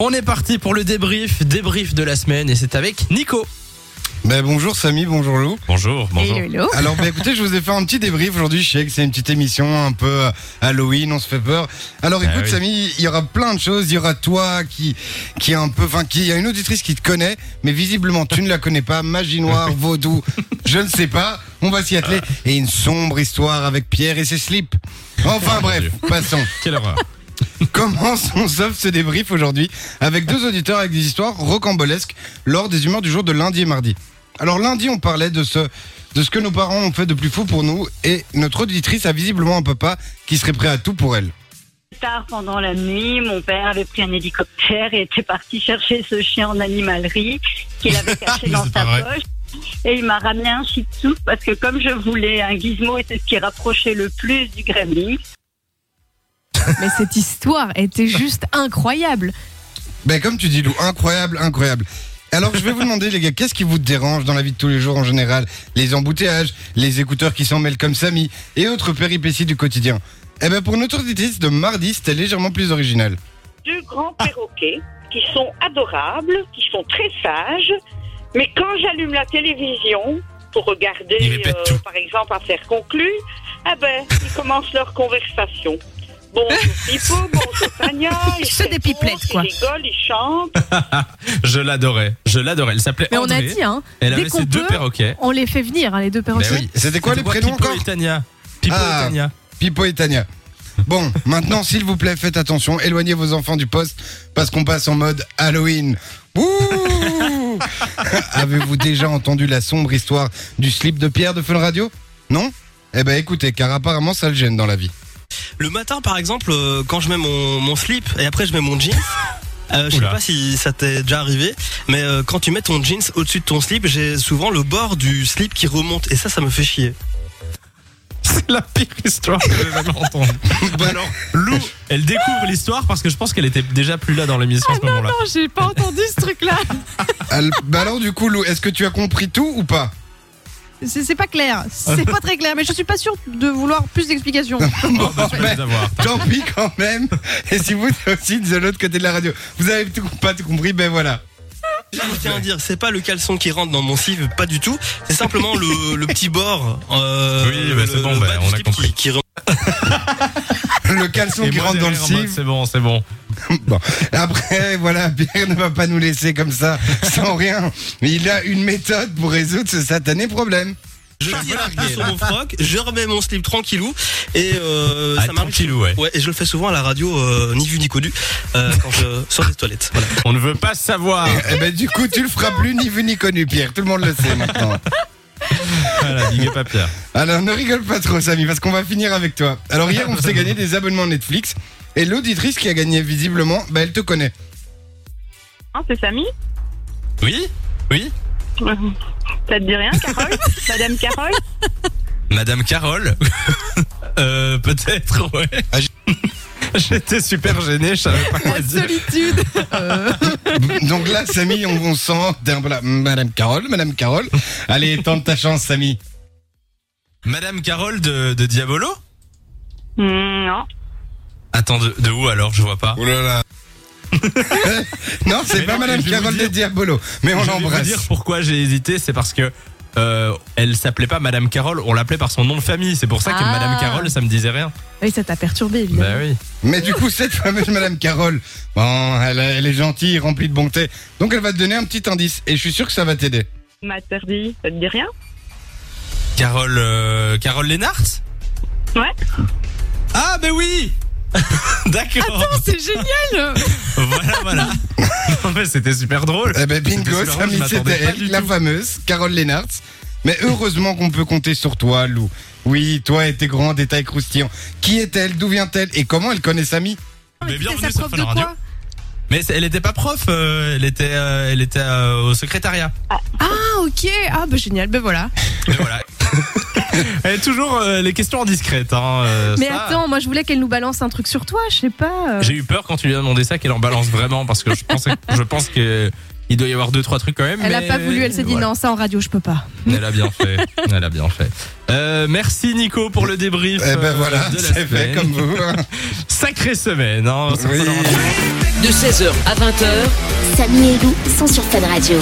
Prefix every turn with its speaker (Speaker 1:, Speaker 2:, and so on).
Speaker 1: On est parti pour le débrief, débrief de la semaine et c'est avec Nico.
Speaker 2: Ben bonjour Samy, bonjour Lou.
Speaker 1: Bonjour,
Speaker 3: Hello, hello.
Speaker 2: Alors ben écoutez, je vous ai fait un petit débrief aujourd'hui. Je sais que c'est une petite émission un peu euh, Halloween, on se fait peur. Alors écoute
Speaker 1: oui.
Speaker 2: Samy, il y aura plein de choses. Il y aura toi qui qui est un peu, enfin qui il y a une auditrice qui te connaît, mais visiblement tu ne la connais pas. Magie noire, vaudou, je ne sais pas. On va s'y atteler. Et une sombre histoire avec Pierre et ses slips. Enfin bref, passons.
Speaker 1: Quelle horreur.
Speaker 2: Commençons sauf ce débrief aujourd'hui avec deux auditeurs avec des histoires rocambolesques lors des humeurs du jour de lundi et mardi. Alors lundi, on parlait de ce, de ce que nos parents ont fait de plus fou pour nous et notre auditrice a visiblement un papa qui serait prêt à tout pour elle.
Speaker 4: Tard pendant la nuit, mon père avait pris un hélicoptère et était parti chercher ce chien en animalerie qu'il avait caché dans
Speaker 1: C'est pas
Speaker 4: sa
Speaker 1: vrai.
Speaker 4: poche. Et il m'a ramené un shih tzu parce que comme je voulais, un gizmo était ce qui rapprochait le plus du gremlin.
Speaker 3: Mais cette histoire était juste incroyable.
Speaker 2: Ben comme tu dis Lou, incroyable, incroyable. Alors je vais vous demander les gars, qu'est-ce qui vous dérange dans la vie de tous les jours en général Les embouteillages, les écouteurs qui s'en mêlent comme Samy et autres péripéties du quotidien. Eh ben pour notre auditrice de mardi, c'était légèrement plus original.
Speaker 5: deux grands perroquets qui sont adorables, qui sont très sages, mais quand j'allume la télévision pour regarder, euh,
Speaker 1: Ils répètent tout.
Speaker 5: par exemple, Affaire conclue, ah ben, ils commencent leur conversation. Bonjour Pipo, bonjour Tania, ils
Speaker 3: Se
Speaker 5: sont
Speaker 3: dépiplettent,
Speaker 5: drôles,
Speaker 3: quoi.
Speaker 5: Ils rigolent, ils chantent.
Speaker 1: Je l'adorais, je l'adorais. Elle s'appelait
Speaker 3: Mais on a
Speaker 1: André.
Speaker 3: dit, hein,
Speaker 1: Elle
Speaker 3: dès
Speaker 1: avait
Speaker 3: qu'on
Speaker 1: ses deux
Speaker 3: peut,
Speaker 1: perroquets.
Speaker 3: on les fait venir, hein, les deux perroquets.
Speaker 1: Ben oui.
Speaker 2: C'était quoi les prénoms
Speaker 1: Pipo
Speaker 2: encore
Speaker 1: et Tania. Pipo
Speaker 2: Ah.
Speaker 1: et Tania.
Speaker 2: Pipo et Tania. Bon, maintenant, s'il vous plaît, faites attention, éloignez vos enfants du poste parce qu'on passe en mode Halloween. Ouh Avez-vous déjà entendu la sombre histoire du slip de Pierre de Fun Radio Non Eh ben écoutez, car apparemment ça le gêne dans la vie.
Speaker 6: Le matin, par exemple, euh, quand je mets mon, mon slip et après je mets mon jeans, euh, je sais
Speaker 1: Oula.
Speaker 6: pas si ça t'est déjà arrivé, mais euh, quand tu mets ton jeans au-dessus de ton slip, j'ai souvent le bord du slip qui remonte et ça, ça me fait chier.
Speaker 1: C'est la pire histoire que j'ai jamais entendue.
Speaker 2: Alors,
Speaker 1: Lou, elle découvre l'histoire parce que je pense qu'elle était déjà plus là dans l'émission à ce moment-là.
Speaker 3: Ah, Non, Oh, j'ai pas entendu ce truc-là.
Speaker 2: bah alors du coup, Lou, est-ce que tu as compris tout ou pas
Speaker 3: C'est c'est pas clair. C'est pas très clair. Mais je suis pas sûre de vouloir plus d'explications.
Speaker 1: Oh, bah, tu vas
Speaker 2: Ouais.
Speaker 1: les avoir.
Speaker 2: ben, Tant pis quand même. Et si vous êtes aussi de l'autre côté de la radio, vous avez tout- pas tout compris, ben voilà.
Speaker 6: Là, je tiens à dire, c'est pas le caleçon qui rentre dans mon slip, pas du tout. C'est simplement le, le petit bord. euh,
Speaker 1: Oui, bah,
Speaker 6: le-
Speaker 1: c'est bon,
Speaker 6: le
Speaker 1: bah,
Speaker 6: bas du
Speaker 1: on a
Speaker 6: slip
Speaker 1: compris.
Speaker 6: qui- qui remonte.
Speaker 2: Le caleçon
Speaker 1: Et
Speaker 2: qui
Speaker 1: moi,
Speaker 2: rentre dans le
Speaker 1: derrière, en mode,
Speaker 2: slip.
Speaker 1: C'est bon, c'est bon.
Speaker 2: Bon, après, voilà, Pierre ne va pas nous laisser comme ça, sans rien. Mais il a une méthode pour résoudre ce satané problème.
Speaker 6: Je tire un peu sur mon froc, je remets mon slip tranquillou et euh,
Speaker 1: Ah,
Speaker 6: ça m'arrive.
Speaker 1: tranquillou, ouais.
Speaker 6: Ouais, et je le fais souvent à la radio, euh, ni vu ni connu, euh, quand je sors des toilettes. Voilà.
Speaker 1: On ne veut pas savoir.
Speaker 2: Eh ben, du coup, tu le feras plus ni vu ni connu, Pierre. Tout le monde le sait maintenant.
Speaker 1: Voilà, big up à Pierre.
Speaker 2: Alors, ne rigole pas trop, Samy, parce qu'on va finir avec toi. Alors, hier, on s'est gagné des abonnements Netflix. Et l'auditrice qui a gagné, visiblement, bah, elle te connaît.
Speaker 4: Hein, c'est Samy
Speaker 6: Oui
Speaker 4: Ça te dit rien, Carole Madame Carole
Speaker 6: Madame Carole
Speaker 1: Euh, peut-être, ouais.
Speaker 2: Ah, j-
Speaker 1: J'étais super gêné, je savais pas quoi
Speaker 3: La
Speaker 1: dire.
Speaker 3: solitude. Euh,
Speaker 2: Donc là, Samy, on, on sent. d'un- voilà, Madame Carole, Madame Carole. Allez, tente ta chance, Samy.
Speaker 1: Madame Carole de, de Diabolo
Speaker 4: Hmm, Non.
Speaker 1: Attends, de, de où alors Je vois pas.
Speaker 2: Oh là là. non, c'est
Speaker 1: Mais
Speaker 2: pas
Speaker 1: non,
Speaker 2: Madame
Speaker 1: je vais vous
Speaker 2: Carole de
Speaker 1: dire-
Speaker 2: Diabolo, mais on
Speaker 1: Je vais vous
Speaker 2: l'embrasse.
Speaker 1: dire pourquoi j'ai hésité, c'est parce que euh, elle s'appelait pas Madame Carole, on l'appelait par son nom de famille. C'est pour ça que
Speaker 3: Ah.
Speaker 1: Madame Carole, ça me disait rien.
Speaker 3: Oui, ça t'a perturbé, évidemment.
Speaker 1: Bah oui.
Speaker 2: Mais du coup, cette fameuse Madame Carole, bon, elle, elle est gentille, remplie de bonté. Donc elle va te donner un petit indice, et je suis sûr que ça va t'aider.
Speaker 4: M'interdit. Ça te dit rien
Speaker 1: Carole, euh, Carole Lénart
Speaker 4: Ouais.
Speaker 1: Ah, ben oui D'accord.
Speaker 3: Oh, c'est génial.
Speaker 1: Voilà, voilà. En fait, c'était super drôle.
Speaker 2: Eh ben bingo,
Speaker 1: C'était super drôle, je
Speaker 2: Samy,
Speaker 1: m'attendais
Speaker 2: c'était
Speaker 1: pas du
Speaker 2: elle, la
Speaker 1: tout.
Speaker 2: fameuse Carole Lennart. Mais heureusement qu'on peut compter sur toi, Lou. Oui, toi et tes grands détails croustillants. Qui est-elle D'où vient-elle Et comment elle connaît Samy
Speaker 1: Mais
Speaker 3: C'était
Speaker 1: bienvenue
Speaker 3: sa
Speaker 1: sur
Speaker 3: prof
Speaker 1: Fun
Speaker 3: de
Speaker 1: Radio.
Speaker 3: quoi
Speaker 1: Mais c'est- elle était pas prof, euh, elle était, euh, elle était euh, au secrétariat.
Speaker 3: Ah, ok. Ah, bah génial. Ben voilà.
Speaker 1: Mais voilà. Elle est toujours euh, les questions indiscrètes. Hein, euh,
Speaker 3: Mais
Speaker 1: ça.
Speaker 3: attends, moi je voulais qu'elle nous balance un truc sur toi. Je sais pas. euh.
Speaker 1: J'ai eu peur quand tu lui as demandé ça qu'elle en balance vraiment parce que je pensais, je pense que Il doit y avoir deux trois trucs quand même.
Speaker 3: Elle a
Speaker 1: mais-
Speaker 3: pas voulu, elle s'est dit
Speaker 1: voilà.
Speaker 3: non, ça en radio, je peux pas.
Speaker 1: Elle a bien fait. Elle a bien fait. Euh, merci Nico pour le débrief.
Speaker 2: Eh
Speaker 1: euh,
Speaker 2: ben voilà,
Speaker 1: de la
Speaker 2: c'est
Speaker 1: semaine.
Speaker 2: fait comme vous. hein.
Speaker 1: Sacrée semaine. hein, ça, ça
Speaker 2: Oui.
Speaker 1: leur a-
Speaker 7: De 16h à 20h,
Speaker 8: Samy et Lou sont sur Fun Radio.